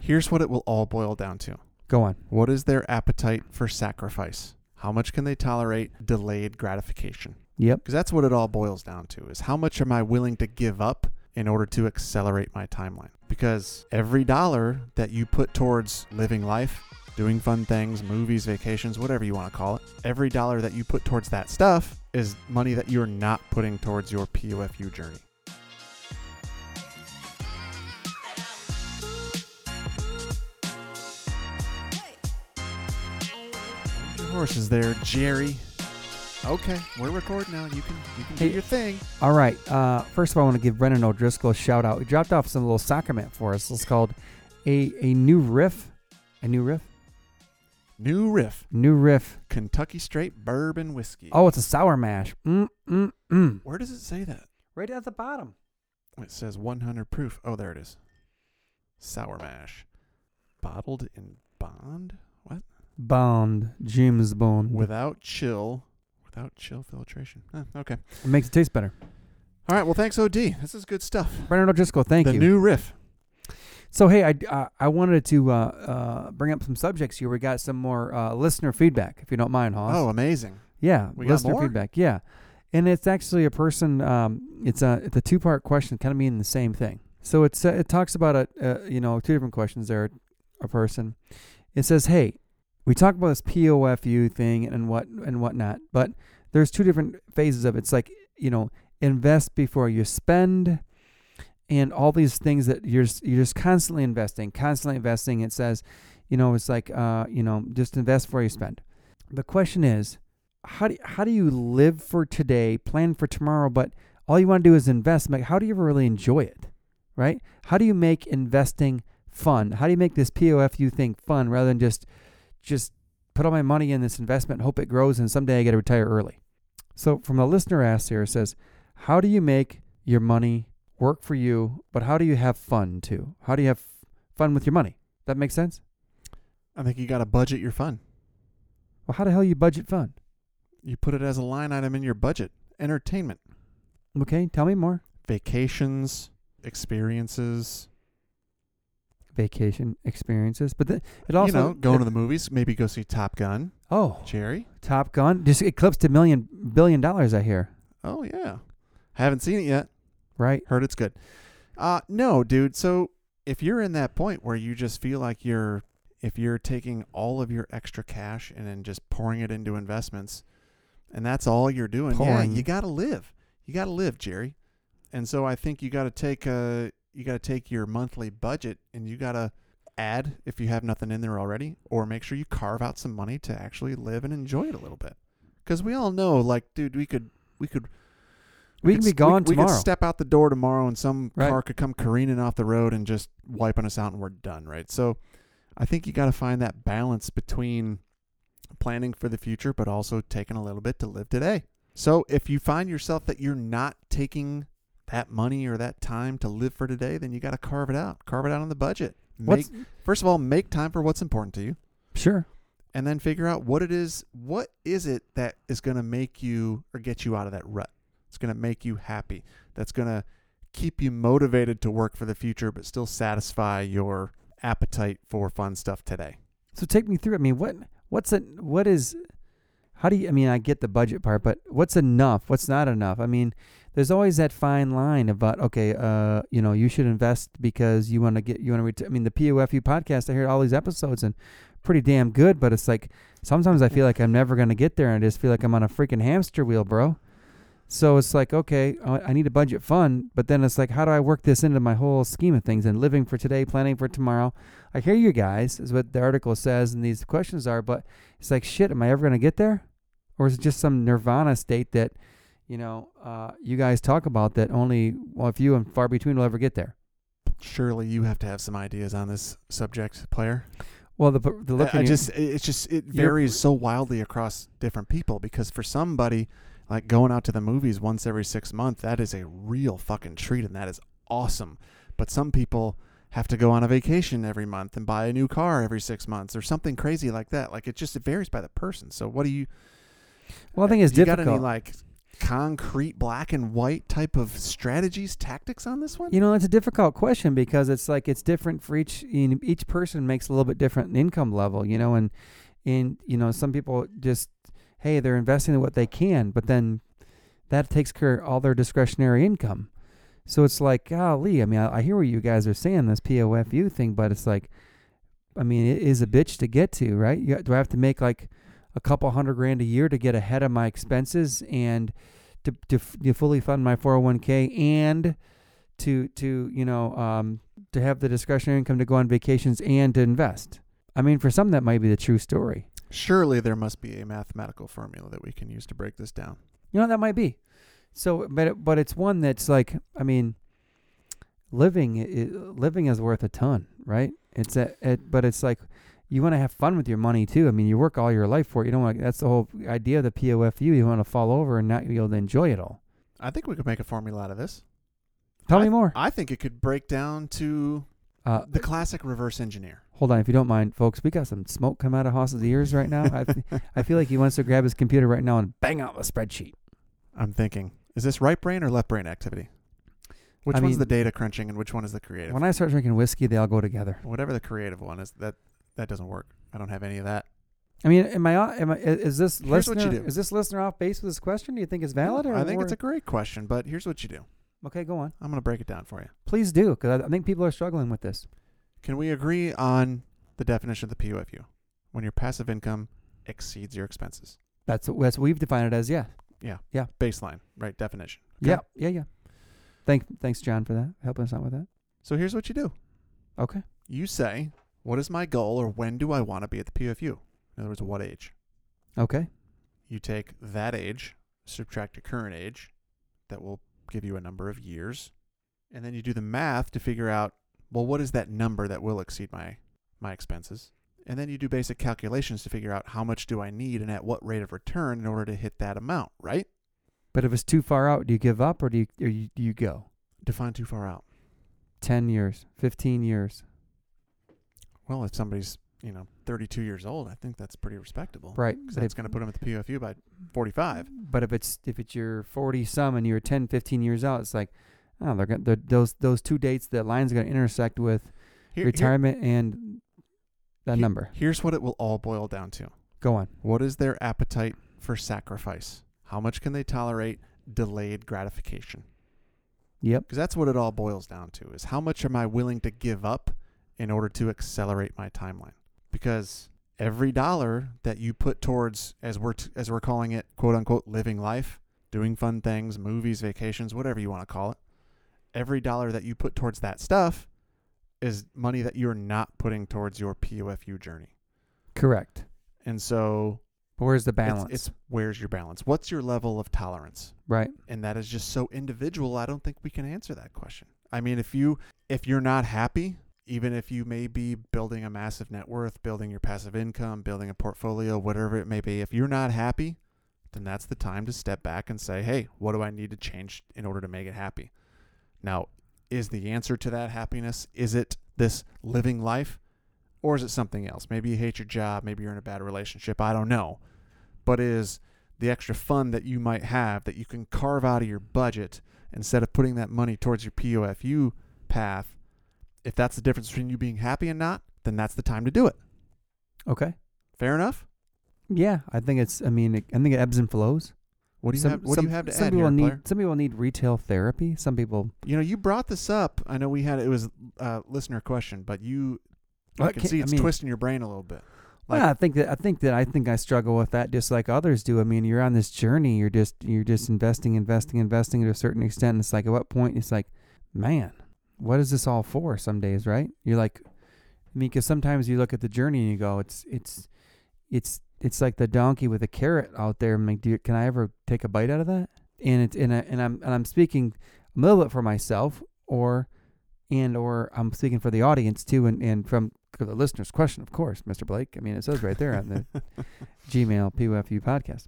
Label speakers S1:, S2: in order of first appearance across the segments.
S1: Here's what it will all boil down to
S2: Go on.
S1: What is their appetite for sacrifice? How much can they tolerate delayed gratification?
S2: Yep.
S1: Because that's what it all boils down to is how much am I willing to give up in order to accelerate my timeline? Because every dollar that you put towards living life, doing fun things, movies, vacations, whatever you want to call it, every dollar that you put towards that stuff is money that you're not putting towards your POFU journey. Hold Your horses there, Jerry. Okay, we're recording now. You can you can do
S2: Hey.
S1: your thing.
S2: All right. Uh, first of all, I want to give Brendan O'Driscoll a shout out. He dropped off some little sacrament for us. It's called a a new riff, a new riff,
S1: New riff,
S2: new riff.
S1: Kentucky Straight Bourbon Whiskey.
S2: Oh, it's a sour mash. Mm mm mm.
S1: Where does it say that?
S2: Right at the bottom.
S1: It says 100 proof. Oh, there it is. Sour mash. Bottled in bond? What?
S2: Bond, James Bond. With
S1: Without chill. Without chill filtration. Huh, okay.
S2: it makes it taste better.
S1: All right. Well, thanks, OD. This is good stuff.
S2: Brendan O'Driscoll, thank
S1: the
S2: you.
S1: new riff.
S2: so hey, I uh, I wanted to uh, uh, bring up some subjects here. We got some more uh, listener feedback, if you don't mind, Hoss.
S1: Oh, amazing.
S2: Yeah,
S1: We got
S2: listener
S1: more?
S2: feedback. Yeah, and it's actually a person. Um, it's a it's a two part question, kind of meaning the same thing. So it's uh, it talks about a uh, you know two different questions there. A person, it says, hey, we talk about this POFU thing and what and whatnot, but there's two different phases of it. it's like you know invest before you spend. And all these things that you're s- you're just constantly investing, constantly investing. It says, you know, it's like uh, you know, just invest before you spend. The question is, how do how do you live for today, plan for tomorrow, but all you want to do is invest? Like, how do you ever really enjoy it, right? How do you make investing fun? How do you make this POFU thing fun rather than just just put all my money in this investment, hope it grows, and someday I get to retire early? So, from the listener asked here, it says, how do you make your money work for you, but how do you have fun too? How do you have fun with your money? That makes sense.
S1: I think you got to budget your fun.
S2: Well, how the hell you budget fun?
S1: You put it as a line item in your budget. Entertainment,
S2: Okay, tell me more.
S1: vacations, experiences.
S2: vacation experiences. But th- it also
S1: you know, going to the movies, maybe go see Top Gun.
S2: oh
S1: Jerry.
S2: Top Gun just eclipsed a million billion dollars. I hear
S1: Oh, yeah. Haven't seen it yet.
S2: right.
S1: Heard it's good. Uh no, dude. So if you're in that point where you just feel like you're if you're taking all of your extra cash and then just pouring it into investments and that's all you're doing,
S2: Pouring.
S1: yeah, you got to live. You got to live, Jerry. And so I think you got to take uh you got to take your monthly budget and you got to add if you have nothing in there already or make sure you carve out some money to actually live and enjoy it a little bit. Cuz we all know like dude, we could we could
S2: We, can be
S1: could-
S2: gone
S1: we,
S2: tomorrow.
S1: We could step out the door tomorrow, and some
S2: Right.
S1: car could come careening off the road and just wiping us out, and we're done, right? So, I think you got to find that balance between planning for the future, but also taking a little bit to live today. So, if you find yourself that you're not taking that money or that time to live for today, then you got to carve it out. Carve it out on the budget. Make,
S2: What's
S1: first of all, make time for what's important to you
S2: sure?
S1: and then figure out what it is what is it that is going to make you or get you out of that rut it's going to make you happy that's going to keep you motivated to work for the future but still satisfy your appetite for fun stuff today
S2: So take me through. it. I mean, what what's a what is how do you? I mean, I get the budget part, but what's enough? What's not enough? I mean, there's always that fine line about okay, uh, you know, you should invest because you want to get you want to. Ret- I mean, the POFU podcast. I hear all these episodes and pretty damn good, but it's like sometimes I feel like I'm never gonna get there, and I just feel like I'm on a freaking hamster wheel, bro. So it's like okay, I I need a budget fund, but then it's like, how do I work this into my whole scheme of things and living for today, planning for tomorrow? I hear you guys is what the article says and these questions are, but it's like shit. Am I ever gonna get there, or is it just some nirvana state that, you know, uh, you guys talk about that only well, if you and far between will ever get there?
S1: surely you have to have some ideas on this subject player
S2: Well, the p- the look
S1: I, I
S2: in your-
S1: just it- it's just it
S2: You're-
S1: varies so wildly across different people because for somebody like going out to the movies once every six months that is a real fucking treat and that is awesome but some people have to go on a vacation every month and buy a new car every six months or something crazy like that like it just it varies by the person so what do you
S2: well, I think it's
S1: you got
S2: difficult.
S1: any like concrete black and white type of strategies, tactics on this one?
S2: You know, it's a difficult question because it's like it's different for each you know, each person makes a little bit different income level, you know, and and you know, some people just hey, they're investing in what they can, but then that takes care of all their discretionary income. So it's like, golly, I mean, I, I hear what you guys are saying, this POFU thing, but it's like, I mean, it is a bitch to get to, right? You, do I have to make like a couple hundred grand a year to get ahead of my expenses and to to, f- to fully fund my 401k and to to you know um, to have the discretionary income to go on vacations and to invest. I mean, for some that might be the true story.
S1: Surely there must be a mathematical formula that we can use to break this down.
S2: You know that might be. So, but it, but it's one that's like I mean, living i living is worth a ton, right? It's a, it, but it's like you want to have fun with your money too. I mean, you work all your life for it. You don't want that's the whole idea of the POFU. You want to fall over and not be able to enjoy it all.
S1: I think we could make a formula out of this.
S2: Tell
S1: I-
S2: me more.
S1: I think it could break down to
S2: Uh,
S1: the classic reverse engineer.
S2: hold on, if you don't mind, folks, we got some smoke coming out of Haas's ears right now. I, fe- I feel like he wants to grab his computer right now and bang out the spreadsheet.
S1: I'm thinking, is this right brain or left brain activity? Which
S2: I
S1: one's
S2: mean-
S1: the data crunching and which one is the creative?
S2: When I start drinking whiskey, they all go together.
S1: Whatever the creative one is, that that doesn't work. I don't have any of that.
S2: I mean, am I? o- Am I? i- Is this
S1: Here's what
S2: listener?
S1: you do.
S2: Is this listener off base with this question? Do you think it's valid? Or
S1: I think it's a
S2: or-
S1: great question, but here's what you do.
S2: okay. Go on.
S1: I'm going to break it down for you.
S2: Please do, because I, I think people are struggling with this.
S1: Can we agree on the definition of the POFU? When your passive income exceeds your expenses.
S2: That's that's what we've defined it as. Yeah.
S1: Baseline, right? Definition. Okay?
S2: Yeah. Yeah. Yeah. Thank thanks John for that helping us out with that.
S1: So here's what you do.
S2: Okay.
S1: You say, what is my goal or when do I want to be at the POFU? In other words, what age?
S2: Okay.
S1: you take that age, subtract your current age, that will give you a number of years, and then you do the math to figure out, well, what is that number that will exceed my my expenses? And then you do basic calculations to figure out how much do I need and at what rate of return in order to hit that amount, right?
S2: But if it's too far out, do you give up or do you or you, do you go?
S1: Define too far out.
S2: Ten years, fifteen years,
S1: Well, if somebody's, you know, 32 years old, I think that's pretty respectable.
S2: right?
S1: 'Cause
S2: They-
S1: That's going to put them at the PFU by 45.
S2: But if it's if it's your forty some and you're 10, 15 years out, it's like, oh, they're gonna they're, those those two dates that lines are gonna intersect with
S1: Here- here-
S2: retirement and that
S1: here-
S2: number.
S1: here's what it will all boil down to.
S2: Go on.
S1: What is their appetite for sacrifice? How much can they tolerate delayed gratification?
S2: Yep.
S1: Because that's what it all boils down to is how much am I willing to give up in order to accelerate my timeline? Because every dollar that you put towards as we're t- as we're calling it, quote unquote, living life, doing fun things, movies, vacations, whatever you want to call it, every dollar that you put towards that stuff is money that you're not putting towards your POFU journey.
S2: Correct.
S1: And so
S2: But where's the
S1: it's-
S2: balance?
S1: It's, where's your balance? What's your level of tolerance?
S2: right.
S1: And that is just so individual. I don't think we can answer that question. I mean, if you if you're not happy, even if you may be building a massive net worth, building your passive income, building a portfolio, whatever it may be, if you're not happy, then that's the time to step back and say, "Hey, what do I need to change in order to make it happy?" Now, is the answer to that happiness is it this living life or is it something else? Maybe you hate your job, maybe you're in a bad relationship, I don't know. But is the extra fun that you might have that you can carve out of your budget instead of putting that money towards your POFU path, if that's the difference between you being happy and not, then that's the time to do it.
S2: Okay.
S1: Fair enough?
S2: Yeah, I think it's. I mean, it, I think it ebbs and flows.
S1: What do you
S2: some,
S1: have what
S2: some,
S1: do you have to
S2: some
S1: add
S2: people
S1: here,
S2: need
S1: player?
S2: some people need retail therapy. Some people
S1: You know, you brought this up. I know we had it was a listener question, but you I
S2: Well,
S1: can
S2: can't-
S1: see
S2: I
S1: it's
S2: mean-
S1: twisting your brain a little bit. Like-
S2: yeah, I think that I think that I think I struggle with that just like others do. I mean, you're on this journey. You're just you're just investing, investing, investing to a certain extent. And it's like at what point it's like, man, what is this all for? Some days, right? You're like, I mean, because sometimes you look at the journey and you go, it's it's it's it's like the donkey with a carrot out there. I'm like, do you, can I ever take a bite out of that? And it's and I, and I'm and I'm speaking a little bit for myself or and or I'm speaking for the audience too and and from the listener's question, of course, Mr. Blake. I mean, it says right there on the Gmail POFU podcast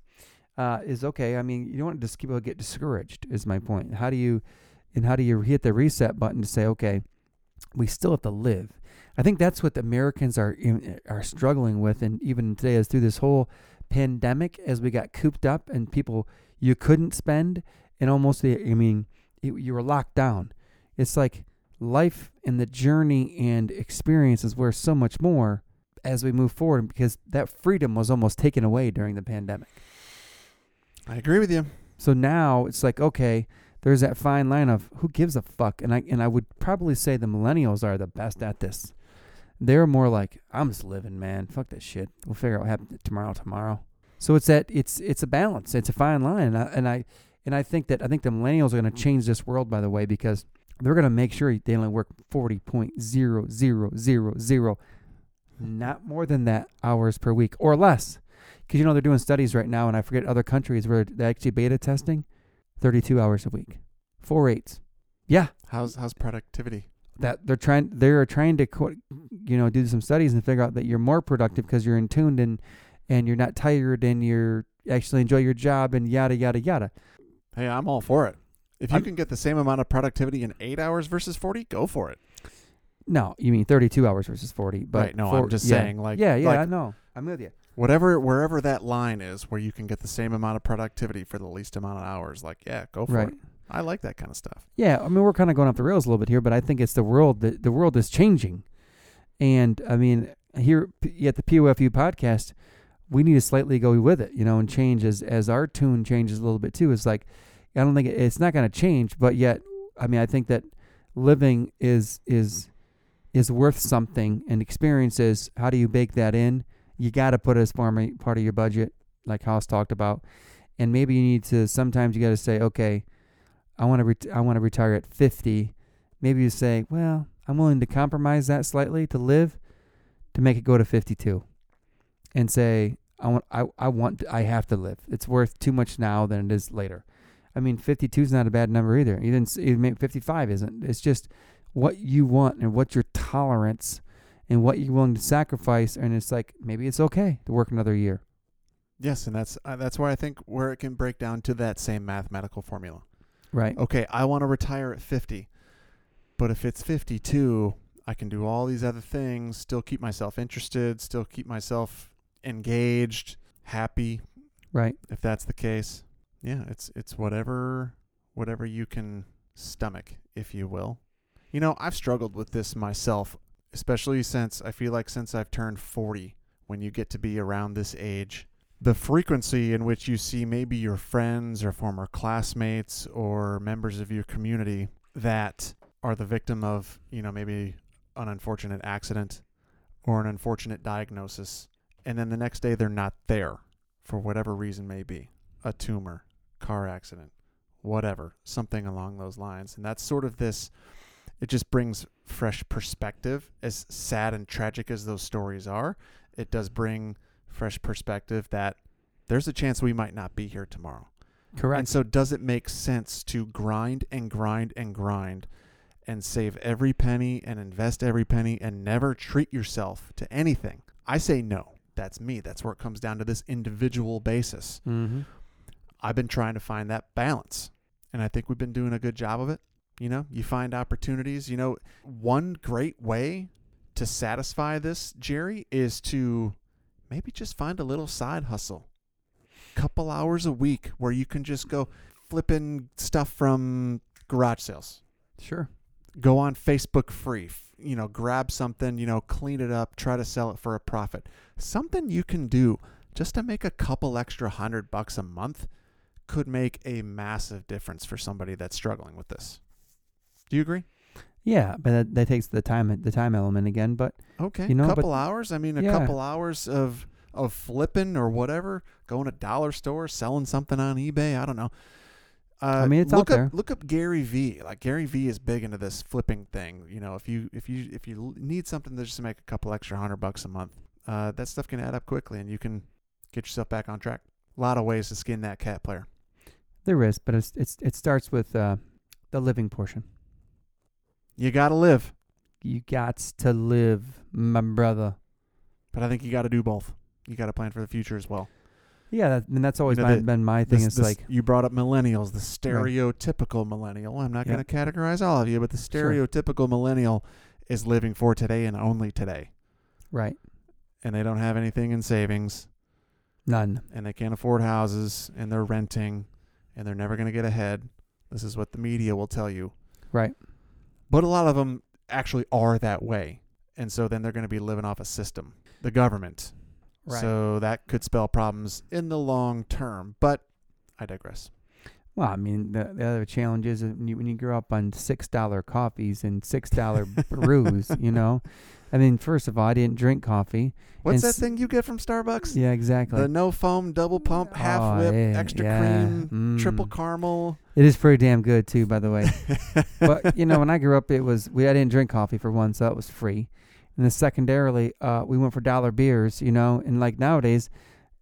S2: uh, is okay. I mean, you don't want to just people get discouraged. Is my point. How do you and how do you hit the reset button to say, okay, we still have to live. I think that's what the Americans are in, are struggling with, and even today, is through this whole pandemic, as we got cooped up and people you couldn't spend, and almost I mean it, you were locked down. It's like life and the journey and experience is worth so much more as we move forward because that freedom was almost taken away during the pandemic.
S1: I agree with you.
S2: So now it's like, okay, there's that fine line of who gives a fuck, and I and I would probably say the millennials are the best at this. They're more like, I'm just living, man. Fuck that shit. We'll figure out what happened tomorrow, tomorrow. So it's that it's it's a balance. It's a fine line, and I and I, and I think that I think the millennials are going to change this world, by the way, because they're going to make sure they only work forty point zero zero zero zero, not more than that hours per week or less, because you know they're doing studies right now, and I forget other countries where they're actually beta testing. 32 hours a week, four eights. Yeah,
S1: How's how's productivity?
S2: that they're trying. They are trying to, co- you know, do some studies and figure out that you're more productive because you're in tuned and and you're not tired and you're actually enjoy your job and yada yada yada.
S1: Hey, I'm all for it. If you
S2: I'm-
S1: can get the same amount of productivity in eight hours versus forty, go for it.
S2: No, you mean 32 hours versus 40, but
S1: Right, no, I'm
S2: four-
S1: just
S2: yeah.
S1: saying, like-
S2: yeah, yeah,
S1: like-
S2: I know. I'm with you.
S1: Whatever, wherever that line is, where you can get the same amount of productivity for the least amount of hours, like yeah, go for
S2: Right.
S1: it. I like that kind of stuff.
S2: Yeah, I mean we're kind of going off the rails a little bit here, but I think it's the world that the world is changing, and I mean here p- at the POFU podcast, we need to slightly go with it, you know, and change as as our tune changes a little bit too. It's like I don't think it, it's not going to change, but yet I mean I think that living is is is worth something, and experiences. How do you bake that in? You got to put it as part of- part of your budget, like House talked about, and maybe you need to. Sometimes you got to say, okay. I want to ret- I want to retire at 50. Maybe you say, well, I'm willing to compromise that slightly to live to make it go to 52 and say I want I, I want I have to live. It's worth too much now than it is later. I mean, 52 is not a bad number either. Even s- even 55 isn't. It's just what you want and what your tolerance and what you're willing to sacrifice and it's like maybe it's okay to work another year.
S1: Yes, and that's uh, that's where I think where it can break down to that same mathematical formula.
S2: Right.
S1: okay, I want to retire at 50. But if it's 52, I can do all these other things, still keep myself interested, still keep myself engaged, happy,
S2: Right.
S1: if that's the case. Yeah, it's it's whatever whatever you can stomach, if you will. You know, I've struggled with this myself, especially since I feel like since I've turned 40, when you get to be around this age, the frequency in which you see maybe your friends or former classmates or members of your community that are the victim of, you know, maybe an unfortunate accident or an unfortunate diagnosis, and then the next day they're not there for whatever reason may be a tumor, car accident, whatever, something along those lines. And that's sort of this, it just brings fresh perspective. As sad and tragic as those stories are, it does bring fresh perspective that there's a chance we might not be here tomorrow. And
S2: Correct.
S1: so, does it make sense to grind and grind and grind and save every penny and invest every penny and never treat yourself to anything? I say no. That's me. That's where it comes down to this individual basis.
S2: mm-hmm.
S1: I've been trying to find that balance, and I think we've been doing a good job of it. You know, you find opportunities. You know, one great way to satisfy this, Jerry, is to maybe just find a little side hustle. Couple hours a week where you can just go flipping stuff from garage sales.
S2: Sure.
S1: Go on Facebook free, f- you know, grab something, you know, clean it up, try to sell it for a profit. Something you can do just to make a couple extra hundred bucks a month could make a massive difference for somebody that's struggling with this. Do you agree?
S2: Yeah, but that, that takes the time the time element again, but
S1: Okay.
S2: You know, but-
S1: couple hours. I mean, a
S2: Yeah.
S1: couple hours of of flipping or whatever, going to dollar store, selling something on eBay. I don't know. Uh,
S2: I mean, it's out
S1: look up,
S2: there.
S1: Look up Gary V. Like Gary V. is big into this flipping thing. You know, if you if you if you l- need something to just make a couple extra hundred bucks a month, uh, that stuff can add up quickly, and you can get yourself back on track. A lot of ways to skin that cat player.
S2: There is, but it's, it's it starts with uh, the living portion.
S1: You gotta live,
S2: You got to live, my brother.
S1: but I think you gotta do both. You gotta plan for the future as well.
S2: Yeah, that, and that's always
S1: know,
S2: my,
S1: the-
S2: been my thing.
S1: This-
S2: It's
S1: this-
S2: like
S1: you brought up millennials, the stereotypical millennial. I'm not
S2: Yeah.
S1: going to categorize all of you, but the
S2: Sure.
S1: stereotypical millennial is living for today and only today.
S2: Right.
S1: And they don't have anything in savings
S2: None.
S1: and they can't afford houses and they're renting and they're never going to get ahead. This is what the media will tell you.
S2: Right.
S1: But a lot of them actually are that way. And so then they're going to be living off a system, the government.
S2: Right.
S1: So that could spell problems in the long term. But I digress.
S2: Well, I mean, the, the other challenge is when you, when you grow up on six dollar coffees and six dollar brews, you know. I mean, first of all, I didn't drink coffee.
S1: What's
S2: And
S1: that
S2: s-
S1: thing you get from Starbucks?
S2: Yeah, exactly.
S1: The no foam, double pump, half
S2: Oh,
S1: whip,
S2: yeah,
S1: extra
S2: yeah.
S1: cream,
S2: Mm.
S1: triple caramel.
S2: It is pretty damn good too, by the way. but you know, when I grew up, it was we I didn't drink coffee for one, so it was free. And then secondarily, uh, we went for dollar beers, you know. And like nowadays,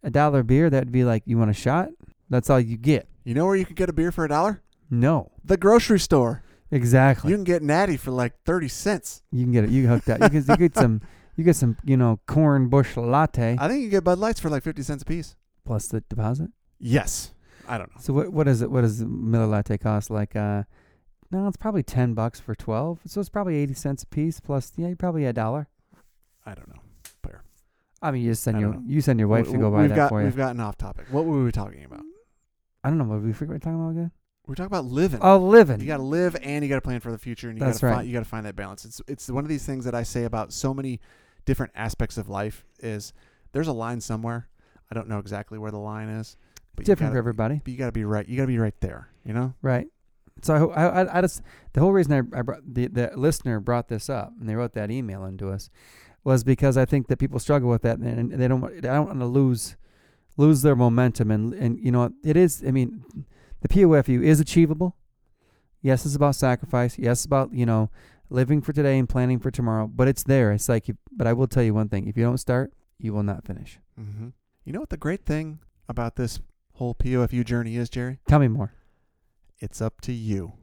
S2: a dollar beer that'd be like, you want a shot? That's all you get.
S1: You know where you could get a beer for a dollar?
S2: No,
S1: The grocery store.
S2: exactly.
S1: You can get natty for like 30 cents.
S2: You can get it. You can hook that. You can you get some. You get some. You know, corn bush latte
S1: I think you can get Bud Lights for like 50 cents a piece.
S2: plus the deposit.
S1: Yes. I don't know.
S2: So what? What is it? What does the Miller latte cost? Like, uh, no, it's probably ten bucks for twelve. So it's probably eighty cents a piece plus. Yeah, probably a dollar.
S1: I don't know.
S2: I mean, you just
S1: I
S2: send
S1: don't
S2: your
S1: know.
S2: you send your wife to
S1: We-
S2: go buy
S1: we've
S2: that
S1: got,
S2: for you.
S1: We've gotten off topic. What were we talking about?
S2: I don't know. What we forget what we're talking about again?
S1: We're talking about living.
S2: Oh, living.
S1: You got to live and you got to plan for the future and you got
S2: That's
S1: to
S2: right.
S1: find you got to find that balance. It's it's one of these things that I say about so many different aspects of life is there's a line somewhere. I don't know exactly where the line is, but
S2: different for
S1: you gotta,
S2: everybody,
S1: But you got to be right. You got to be right there, you know?
S2: right? So I, ho- I, I- I just the whole reason I, I brought the, the listener brought this up and they wrote that email into us was because I think that people struggle with that and and they don't wa- they don't want to lose lose their momentum and and you know it is I mean the POFU is achievable. Yes, it's about sacrifice. Yes, it's about you know living for today and planning for tomorrow. But it's there. It's like you, but I will tell you one thing: if you don't start, you will not finish.
S1: Mhm. You know what the great thing about this whole POFU journey is, Jerry?
S2: Tell me more.
S1: It's up to you.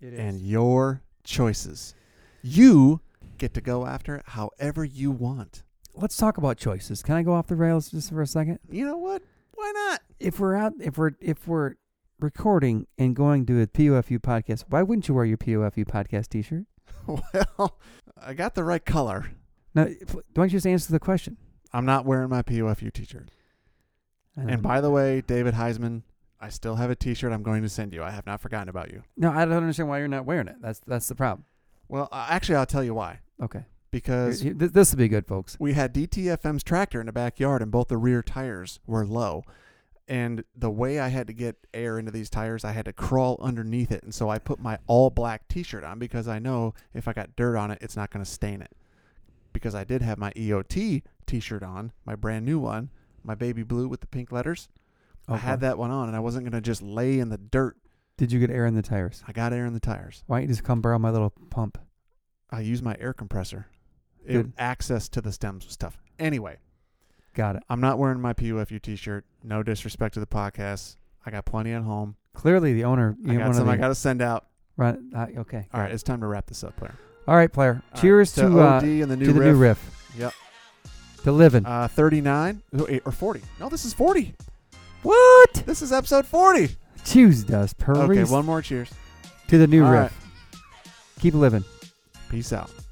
S2: It
S1: and your choices. You get to go after it however you want.
S2: let's talk about choices. Can I go off the rails just for a second?
S1: You know what? Why not?
S2: If we're out, if we're if we're recording and going to a POFU podcast, why wouldn't you wear your POFU podcast T-shirt?
S1: Well, I got the right color.
S2: Now, if- why don't you just answer the question?
S1: I'm not wearing my POFU t-shirt.
S2: I don't
S1: And
S2: know.
S1: by the way, David Heisman, I still have a t-shirt I'm going to send you. I have not forgotten about you.
S2: no, I don't understand why you're not wearing it. That's that's the problem.
S1: Well, uh, actually, I'll tell you why.
S2: Okay, Here-
S1: Because
S2: here- th- this will be good, folks.
S1: we had DTFM's tractor in the backyard and both the rear tires were low. And the way I had to get air into these tires, I had to crawl underneath it. And so I put my all black t shirt on because I know if I got dirt on it, it's not going to stain it. Because I did have my EOT t shirt on, my brand new one, my baby blue with the pink letters. I
S2: Okay.
S1: had that one on and I wasn't going to just lay in the dirt.
S2: Did you get air in the tires?
S1: I got air in the tires.
S2: Why don't you just come borrow my little pump?
S1: I used my air compressor. It,
S2: Good.
S1: access to the stems was tough. Anyway,
S2: Got it.
S1: I'm not wearing my PUFU t-shirt. No disrespect to the podcast. I got plenty at home.
S2: Clearly, the owner.
S1: I
S2: You know,
S1: got
S2: one
S1: some
S2: of
S1: I
S2: the-
S1: got to send out.
S2: right, uh, okay.
S1: All right, it's time to wrap this up, player.
S2: All right, player.
S1: All right,
S2: Cheers to uh,
S1: OD and the new
S2: to the
S1: riff.
S2: new riff.
S1: Yep.
S2: To living.
S1: Uh, 39 oh, eight, or 40. No, this is 40.
S2: what?
S1: This is episode 40.
S2: Choose us, per
S1: Okay, one more cheers.
S2: to the new
S1: All
S2: riff.
S1: right.
S2: Keep living.
S1: Peace out.